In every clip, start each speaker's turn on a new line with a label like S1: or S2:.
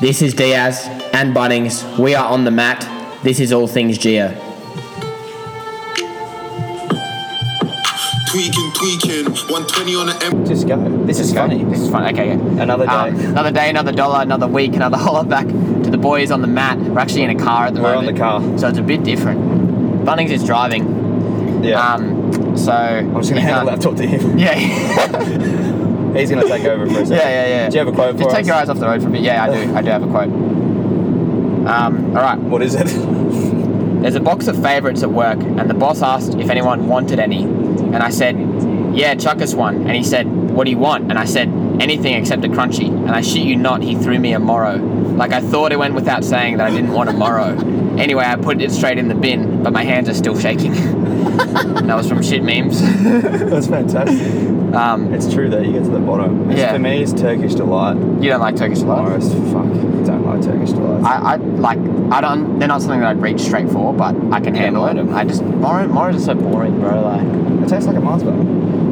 S1: This is Diaz and Bunnings. We are on the mat. This is all things Gia.
S2: Tweaking, tweaking. 120 on the M.
S3: Just go. This is
S1: Go.
S3: funny.
S1: This is fun. Okay. yeah.
S3: Another day.
S1: Um, another day, another dollar, another week, another hollaback to the boys on the mat. We're actually in a car at the
S3: We're on
S1: moment.
S3: the car.
S1: So it's a bit different. Bunnings is driving.
S3: Yeah.
S1: Um, so I'm
S3: I'm just gonna handle that. Talk to him.
S1: Yeah, yeah,
S3: He's gonna take over for a second.
S1: yeah, yeah.
S3: Do you have a quote for
S1: Just
S3: us?
S1: take your eyes off the road for a bit. Yeah, I do. I do have a quote. Um, all right.
S3: What is it?
S1: There's a box of favourites at work, and the boss asked if anyone wanted any. And I said, Yeah, chuck us one. And he said, What do you want? And I said, Anything except a crunchy. And I shit you not, he threw me a morrow. Like I thought it went without saying that I didn't want a morrow. Anyway, I put it straight in the bin, but my hands are still shaking. that was from shit memes.
S3: That's fantastic.
S1: Um,
S3: It's true that you get to the bottom. It's-
S1: Yeah.
S3: For me, it's Turkish delight.
S1: you don't like Turkish love.
S3: Morris, fuck. Don't like Turkish delights.
S1: I, I like I don't. They're not something that I'd reach straight for, but I can
S3: Yeah,
S1: handle it.
S3: mine are-
S1: I just morrow morrows are so boring, bro. Like
S3: it tastes like a Mars bar.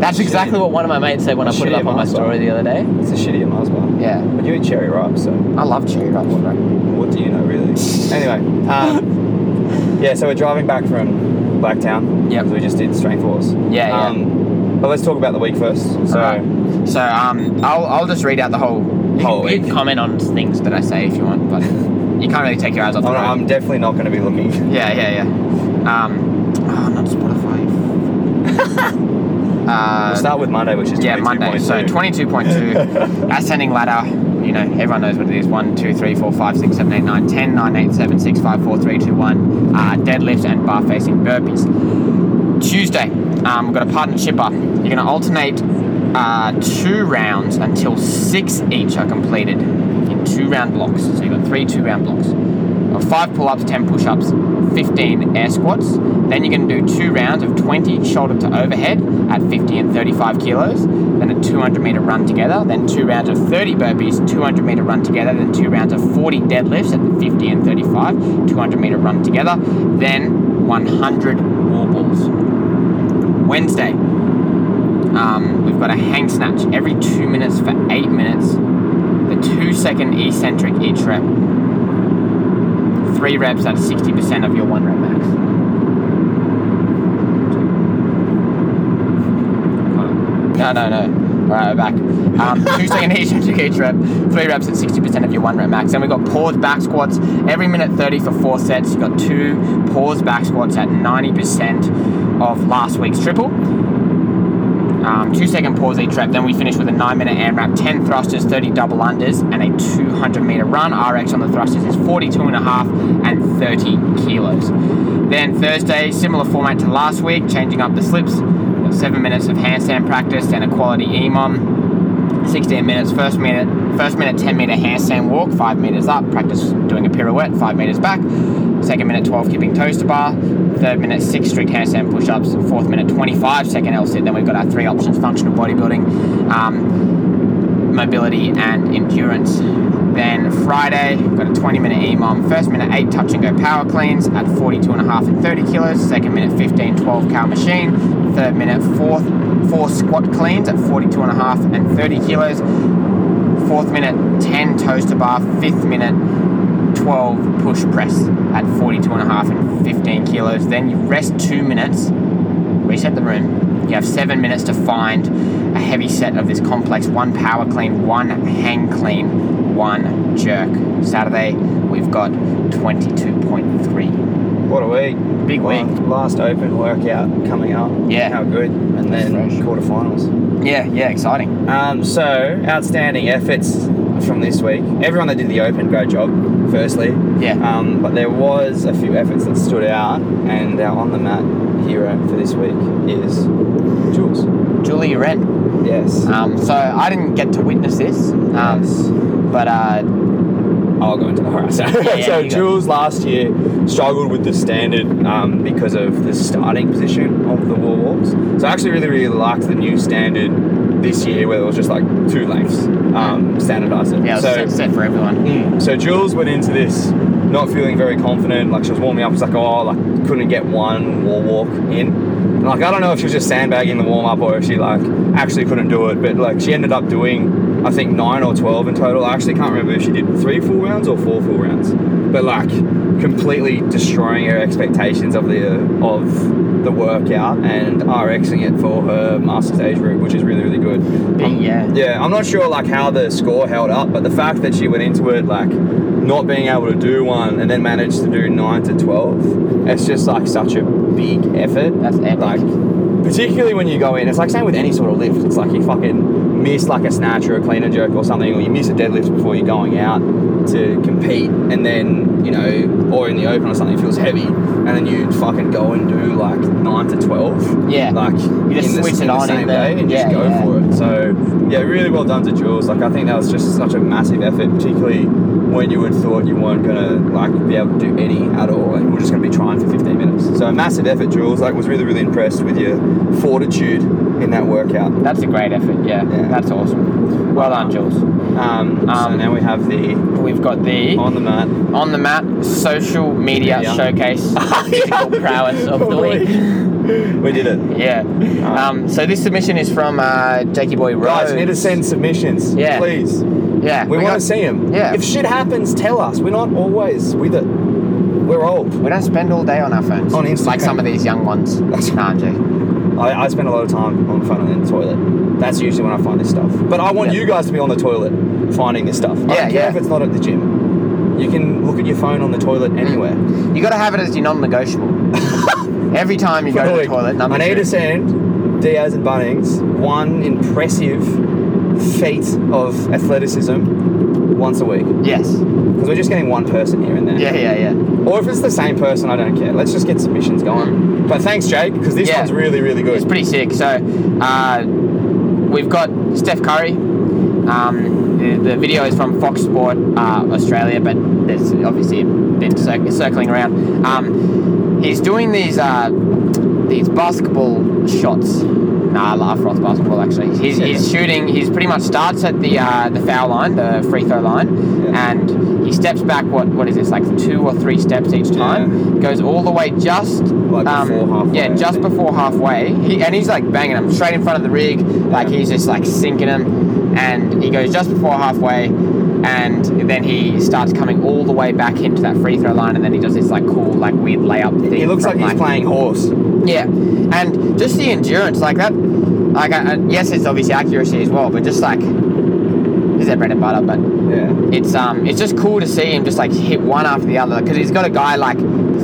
S1: that's exactly what one of my mates said when I put it
S3: Shitty
S1: up on my
S3: Mars bar.
S1: story the other day.
S3: It's a shitty Mars bar.
S1: Yeah.
S3: But you eat cherry ripe, so
S1: I love cherry ripe water.
S3: what do you know, really? anyway, um, yeah, so we're driving back from Blacktown.
S1: Yep.
S3: 'cause We just did Strength Force.
S1: Yeah, yeah.
S3: Um, but let's talk about the week first. So,
S1: Alright. so um, I'll, I'll just read out the whole. You
S3: Whole
S1: can, you can
S3: week.
S1: comment on things that I say if you want, but you can't really take your eyes off the
S3: I'm,
S1: road.
S3: I'm definitely not going to be looking.
S1: yeah, yeah, yeah. Um, oh, not Spotify.
S3: We'll
S1: uh,
S3: start with Monday, which is
S1: yeah, Monday. So
S3: 22.2.
S1: 22.2, ascending ladder. You know, everyone knows what it is. 1, 2, 3, 4, 5, 6, 7, 8, 9, 10, 9, 8, 7, 6, 5, 4, 3, 2, 1. Uh, deadlift and bar facing burpees. Tuesday, um, we've got a partnership up. You're going to alternate uh, two rounds until six each are completed in two round blocks. So you've got three two round blocks of five pull ups, 10 push ups, 15 air squats. Then you're going to do two rounds of 20 shoulder to overhead at 50 and 35 kilos. Then a 200 meter run together. Then two rounds of 30 burpees, 200 meter run together. Then two rounds of 40 deadlifts at the 50 and 35, 200 meter run together. Then 100 wall balls. Wednesday, um, we've got a hang snatch every two minutes for eight minutes. The two second eccentric each rep. Three reps at 60% of your one rep max. No, no, no. All right, we're back. Um, two second eccentric each rep, three reps at 60% of your one rep max. Then we've got pause back squats every minute 30 for four sets. You've got two pause back squats at 90% of last week's triple um, two second pause each rep. Then we finish with a nine minute AM wrap, 10 thrusters, 30 double unders, and a 200 meter run. RX on the thrusters is 42 and a half and 30 kilos. Then Thursday, similar format to last week, changing up the slips. We've got Seven minutes of handstand practice and a quality E EMOM. 16 minutes, first minute, first minute 10 meter handstand walk, 5 meters up, practice doing a pirouette, 5 meters back. Second minute 12 kipping toaster bar. Third minute 6 strict handstand push ups. Fourth minute 25 second L sit. Then we've got our three options functional bodybuilding, um, mobility, and endurance. Then Friday, we've got a 20 minute E EMOM. First minute 8 touch and go power cleans at 42 and a half and 30 kilos. Second minute 15 12 cow machine. Third minute 4 4 squat cleans at 42 and a half and 30 kilos fourth minute 10 toaster bar fifth minute 12 push press at 42 and a half and 15 kilos then you rest two minutes reset the room you have seven minutes to find a heavy set of this complex one power clean one hang clean one jerk saturday we've got 22.3
S3: What a week.
S1: Big
S3: Well,
S1: week.
S3: Last open workout coming up.
S1: Yeah.
S3: How good. And
S1: That's
S3: then
S1: fresh.
S3: quarterfinals.
S1: yeah yeah exciting
S3: Um, so outstanding efforts from this week. Everyone that did the open, great job. Firstly,
S1: Yeah.
S3: Um, but there was a few efforts that stood out, and our on the mat hero for this week is Jules.
S1: julia rent
S3: Yes.
S1: um, so i didn't get to witness this
S3: Yes.
S1: um, but uh,
S3: I'll go into the horror. So,
S1: Yeah, yeah,
S3: so
S1: you go.
S3: Jules last year struggled with the standard um, because of the starting position of the wall walks. So I actually really, really liked the new standard this year where it was just like two lengths um, standardized. It.
S1: yeah it was
S3: so,
S1: set, set for everyone
S3: Mm. So Jules went into this not feeling very confident. Like she was warming up, was like, oh, like couldn't get one wall walk in. And, Like I don't know if she was just sandbagging the warm up or if she like actually couldn't do it, but like she ended up doing I think nine or twelve in total. I actually can't remember if she did three full rounds or four full rounds, but like completely destroying her expectations of the of the workout and RXing it for her master's age group, which is really really good. Um, I'm-
S1: yeah.
S3: yeah, I'm not sure like how the score held up, but the fact that she went into it like not being able to do one and then managed to do nine to twelve, it's just like such a big effort.
S1: That's epic.
S3: Like particularly when you go in, it's like same with any sort of lift. It's like you fucking miss like a snatch or a clean and jerk or something, or you miss a deadlift before you're going out to compete, and then you know, or in the open or something it feels heavy, and then you fucking go and do like nine to twelve.
S1: Yeah.
S3: like you
S1: just switch it on in
S3: the same
S1: the-
S3: day and
S1: yeah,
S3: just go
S1: yeah.
S3: for it. So yeah, really well done to Jules. Like I think that was just such a massive effort, particularly when you had thought you weren't gonna like be able to do any at all, and you were just gonna be trying for 15 minutes. So a massive effort, Jules. Like was really really impressed with your fortitude in that workout.
S1: That's a great effort. Yeah,
S3: Yeah.
S1: that's awesome. Well done, Jules.
S3: Um, so
S1: Um,
S3: now we have the
S1: We've got the
S3: on the mat.
S1: on the mat social media
S3: Media.
S1: showcase physical prowess of the
S3: Probably.
S1: week.
S3: we did it.
S1: Yeah. Um, so this submission is from uh, Jakey Boy Rose.
S3: Uh, Guys, need to send submissions,
S1: Yeah.
S3: please.
S1: Yeah,
S3: We, want
S1: got-
S3: to see them.
S1: Yeah.
S3: If shit happens, tell us. We're not always with it. We're old.
S1: We don't spend all day on our phones.
S3: On Instagram.
S1: Like some of these young ones.
S3: That's-
S1: nah, I'm joking.
S3: I, I spend a lot of time on the phone and in the toilet. That's usually when I find this stuff. But I want
S1: Yeah.
S3: you guys to be on the toilet finding this stuff. I
S1: Yeah,
S3: don't care
S1: yeah.
S3: if it's not at the gym. You can look at your phone on the toilet
S1: Mm.
S3: anywhere.
S1: You got to have it as your non-negotiable. Every time you go to the
S3: Like,
S1: toilet, number
S3: I need
S1: two.
S3: to send Diaz and Bunnings one impressive feat of athleticism once a week.
S1: Yes.
S3: Because we're just getting one person here and there.
S1: Yeah, yeah, yeah.
S3: Or if it's the same person, I don't care. Let's just get submissions going. But thanks, Jake, because this
S1: Yeah.
S3: one's really, really good.
S1: It's pretty sick. So, uh, we've got Steph Curry. Um, the, the video is from Fox Sport uh, Australia, but it's obviously been cir- circling around. Um, he's doing these uh, these basketball shots. Nah, I love Frost basketball actually. He's, he's shooting. He's pretty much starts at the uh, the foul line, the free throw line,
S3: Yeah.
S1: and he steps back. What what is this? Like two or three steps each time. Goes all the way just um,
S3: Like before halfway,
S1: Yeah,
S3: I
S1: just
S3: think.
S1: before before halfway, he, and he's like banging him straight in front of the rig, like he's just like sinking him, and he goes just before halfway, and then he starts coming all the way back into that free throw line, and then he does this like cool, like weird layup thing.
S3: he looks
S1: from,
S3: like he's playing horse.
S1: Yeah, and just the endurance, like that. Like, I, I- yes, it's obviously accuracy as well, but just like, this is their bread and butter, but
S3: Yeah.
S1: it's um it's just cool to see him just like hit one after the other because he's got a guy like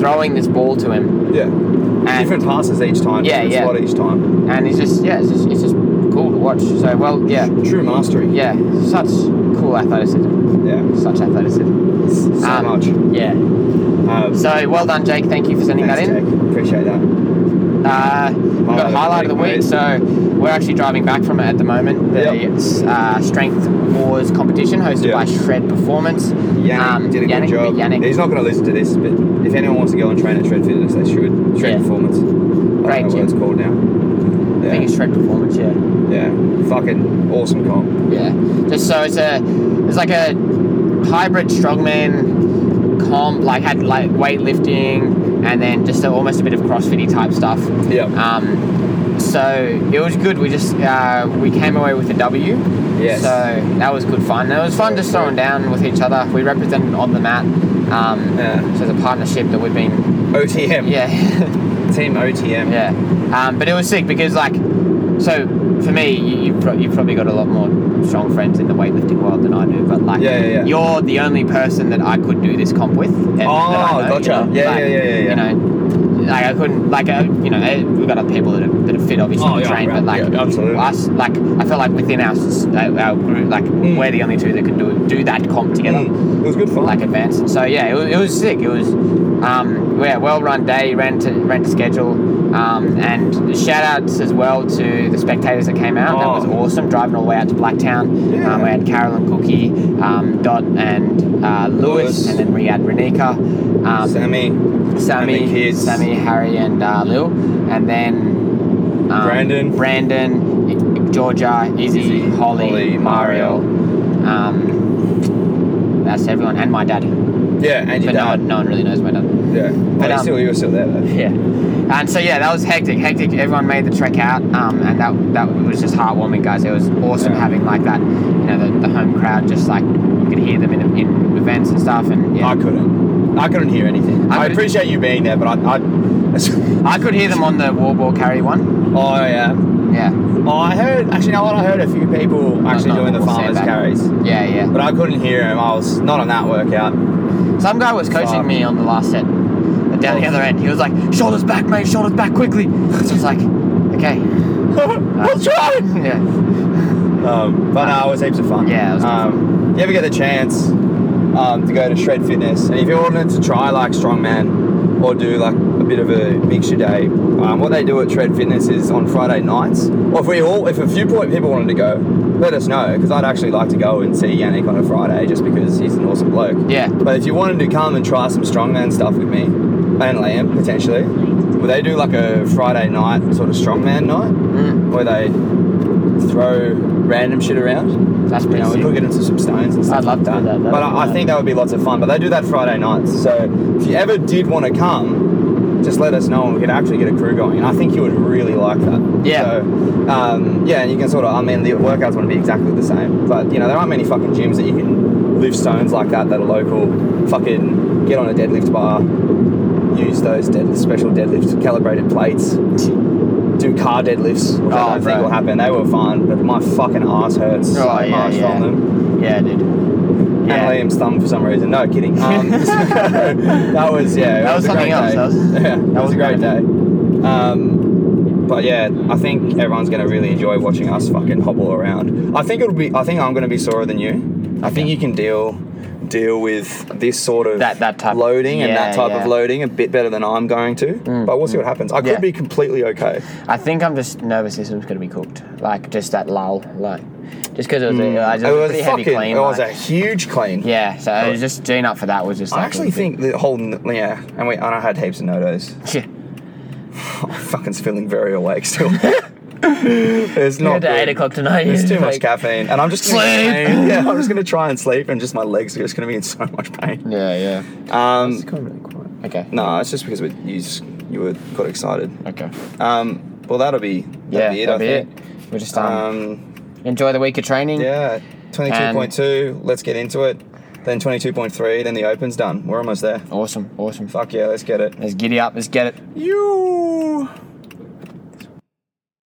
S1: throwing this ball to him
S3: Yeah.
S1: and
S3: different passes each time.
S1: Yeah,
S3: different
S1: yeah.
S3: Slot each time.
S1: and it's just yeah, it's just it's just cool to watch. So well, yeah,
S3: True mastery.
S1: yeah, such cool athleticism,
S3: Yeah.
S1: such athleticism.
S3: So
S1: Um,
S3: much.
S1: Yeah.
S3: Um,
S1: So well done, Jake. Thank you for sending
S3: thanks,
S1: that in.
S3: Jake. Appreciate that.
S1: Uh, we've got
S3: Highlight of the
S1: highlight of the week.
S3: week, mate.
S1: So we're actually driving back from it at the moment. The
S3: Yep.
S1: uh, Strength Wars competition hosted
S3: Yeah.
S1: by Shred Performance.
S3: Yannick
S1: Um,
S3: did a
S1: Yannick,
S3: good job.
S1: Yannick,
S3: He's not going to listen to this, but if anyone wants to go and train at Shred Fitness, they should. Shred
S1: Yeah.
S3: Performance. I don't
S1: Great
S3: know what
S1: gym.
S3: it's called now.
S1: I think it's
S3: Yeah.
S1: Shred Performance. Yeah.
S3: yeah. Fucking awesome comp.
S1: Yeah. Just so it's a it's like a hybrid strongman comp, like had like weightlifting and then just a, almost a bit of CrossFitty type stuff.
S3: Yeah.
S1: Um, so it was good. We just uh, we came away with a W.
S3: Yes.
S1: So that was good fun. It was fun just throwing down with each other. We represented on the mat. Um,
S3: Yeah.
S1: So it's a partnership that we've been.
S3: OTM.
S1: Yeah.
S3: Team OTM.
S1: Yeah, um, but it was sick because like, so for me, you, you've, pro- you've probably got a lot more strong friends in the weightlifting world than I do. But like,
S3: Yeah, yeah, yeah.
S1: you're the only person that I could do this comp with. and that I
S3: Oh,
S1: know,
S3: gotcha.
S1: You know?
S3: Yeah,
S1: like,
S3: yeah, yeah, yeah, yeah.
S1: You know, like I couldn't like uh, you know eh, we've got other people that are, that are fit obviously
S3: Oh,
S1: to
S3: yeah,
S1: train,
S3: right.
S1: but like
S3: Yeah, absolutely.
S1: us like I feel like within our s- uh, our group like we're the only two that can do do that comp together
S3: Mm, It was good fun.
S1: like advanced. And so yeah, it was, it was sick. It was um, yeah, well run day, ran to ran to schedule, um, and shout outs as well to the spectators that came out. That was
S3: Oh.
S1: awesome. Driving all the way out to Blacktown,
S3: Yeah.
S1: um, we had Carolyn Cookie, um, Dot, and uh, Lewis,
S3: Lewis.
S1: and then Riyad Renika, um,
S3: Sammy.
S1: Sammy,
S3: and the kids.
S1: Sammy, Harry, and uh, Lil, and then um,
S3: Brandon.
S1: Brandon, Georgia, Izzy,
S3: Izzy,
S1: Holly,
S3: Holly,
S1: Mario. Um, that's everyone, and my dad.
S3: Yeah, and your
S1: but no
S3: dad.
S1: one, no one really knows my dad.
S3: Yeah. But
S1: um,
S3: still, you're still there though.
S1: Yeah. And so yeah, that was hectic, hectic. Everyone made the trek out, um, and that that was just heartwarming, guys. It was awesome
S3: Yeah.
S1: having like that, you know, the, the home crowd. Just like you could hear them in, in events and stuff, and yeah.
S3: I couldn't. I couldn't hear anything.
S1: I
S3: I,
S1: couldn't-
S3: appreciate you being there, but I. I
S1: I could hear them on the war ball carry one.
S3: oh yeah.
S1: Yeah.
S3: Oh, I heard. Actually, you know what? I heard a few people actually
S1: not
S3: doing the
S1: all
S3: farmers
S1: sandbag.
S3: carries,
S1: Yeah, yeah.
S3: but I couldn't hear him. I was not on that workout.
S1: Some guy was coaching
S3: Fuck.
S1: me on the last set. Down the
S3: Oh.
S1: other end, he was like, "Shoulders back, mate. Shoulders back, quickly." So I was like, "Okay."
S3: I'll try.
S1: Yeah.
S3: Um, but no, it was heaps of fun.
S1: Yeah, it was good
S3: um, you ever get the chance um, to go to Shred Fitness, and if you wanted to try like strongman or do like a bit of a mixture day, um, what they do at Shred Fitness is on Friday nights. Or if we all, if a few po- people wanted to go, let us know because I'd actually like to go and see Yannick on a Friday just because he's an awesome bloke.
S1: Yeah.
S3: But if you wanted to come and try some strongman stuff with me and Liam potentially, well, they do like a Friday night sort of strongman night
S1: Mm,
S3: where they throw random shit around.
S1: that's
S3: You
S1: pretty
S3: know, we
S1: sick.
S3: could get into some stones and stuff.
S1: I'd love
S3: like
S1: to do that. That'd
S3: But
S1: be
S3: I, I
S1: nice.
S3: think that would be lots of fun. But they do that Friday nights. So if you ever did want to come, just let us know and we could actually get a crew going. And I think you would really like that.
S1: Yeah.
S3: So, um, yeah, and you can sort of, I mean, the workouts want to be exactly the same. But, you know, there aren't many fucking gyms that you can lift stones like that that are local, fucking get on a deadlift bar, use those dead, special deadlift calibrated plates do car deadlifts, which
S1: Oh,
S3: I don't
S1: bro.
S3: think will happen. They were fine, but my fucking ass hurts so
S1: Oh, yeah,
S3: much
S1: yeah.
S3: from them.
S1: Yeah, dude. Yeah.
S3: And Liam's thumb for some reason. No kidding. Um, so that was yeah. it
S1: That was
S3: a
S1: something
S3: great
S1: else.
S3: day.
S1: That was-
S3: yeah, that was,
S1: was
S3: a great
S1: great.
S3: day. Um, but yeah, I think everyone's gonna really enjoy watching us fucking hobble around. I think it'll be. I think I'm gonna be sorer than you. I think you can deal deal with this sort of
S1: That- that type-
S3: loading and that
S1: yeah,
S3: type
S1: yeah. Mm.
S3: of loading a bit better than I'm going to. but we'll see what happens. I could
S1: Yeah.
S3: be completely okay.
S1: I think I'm just nervous this one's gonna be cooked. Like just that lull, like just because it was, a, I just, it was a pretty heavy clean.
S3: Mm. It was
S1: like-
S3: a huge clean.
S1: yeah, so it was just doing up for that was just. Like,
S3: I actually think the whole n- yeah, and we and I had heaps of notos.
S1: Yeah.
S3: I'm fucking feeling very awake still. it's not
S1: Good at
S3: good.
S1: eight o'clock tonight.
S3: There's too much
S1: Like-
S3: caffeine, and I'm just gonna
S1: Sleep.
S3: yeah, I'm just gonna try and sleep, and just my legs are just gonna be in so much pain.
S1: Yeah, yeah.
S3: Um,
S1: Okay.
S3: no, it's just because we, you just, you were got excited.
S1: Okay.
S3: Um, well, that'll be
S1: Yeah,
S3: that'll be it.
S1: that'll be
S3: I
S1: it.
S3: think.
S1: We'll just um,
S3: um
S1: enjoy the week of training.
S3: Yeah, 22.2. Let's get into it. Then 22.3. Then the Open's done. We're almost there.
S1: Awesome, awesome.
S3: Fuck yeah, let's get it.
S1: Let's giddy up. Let's get it.
S3: You.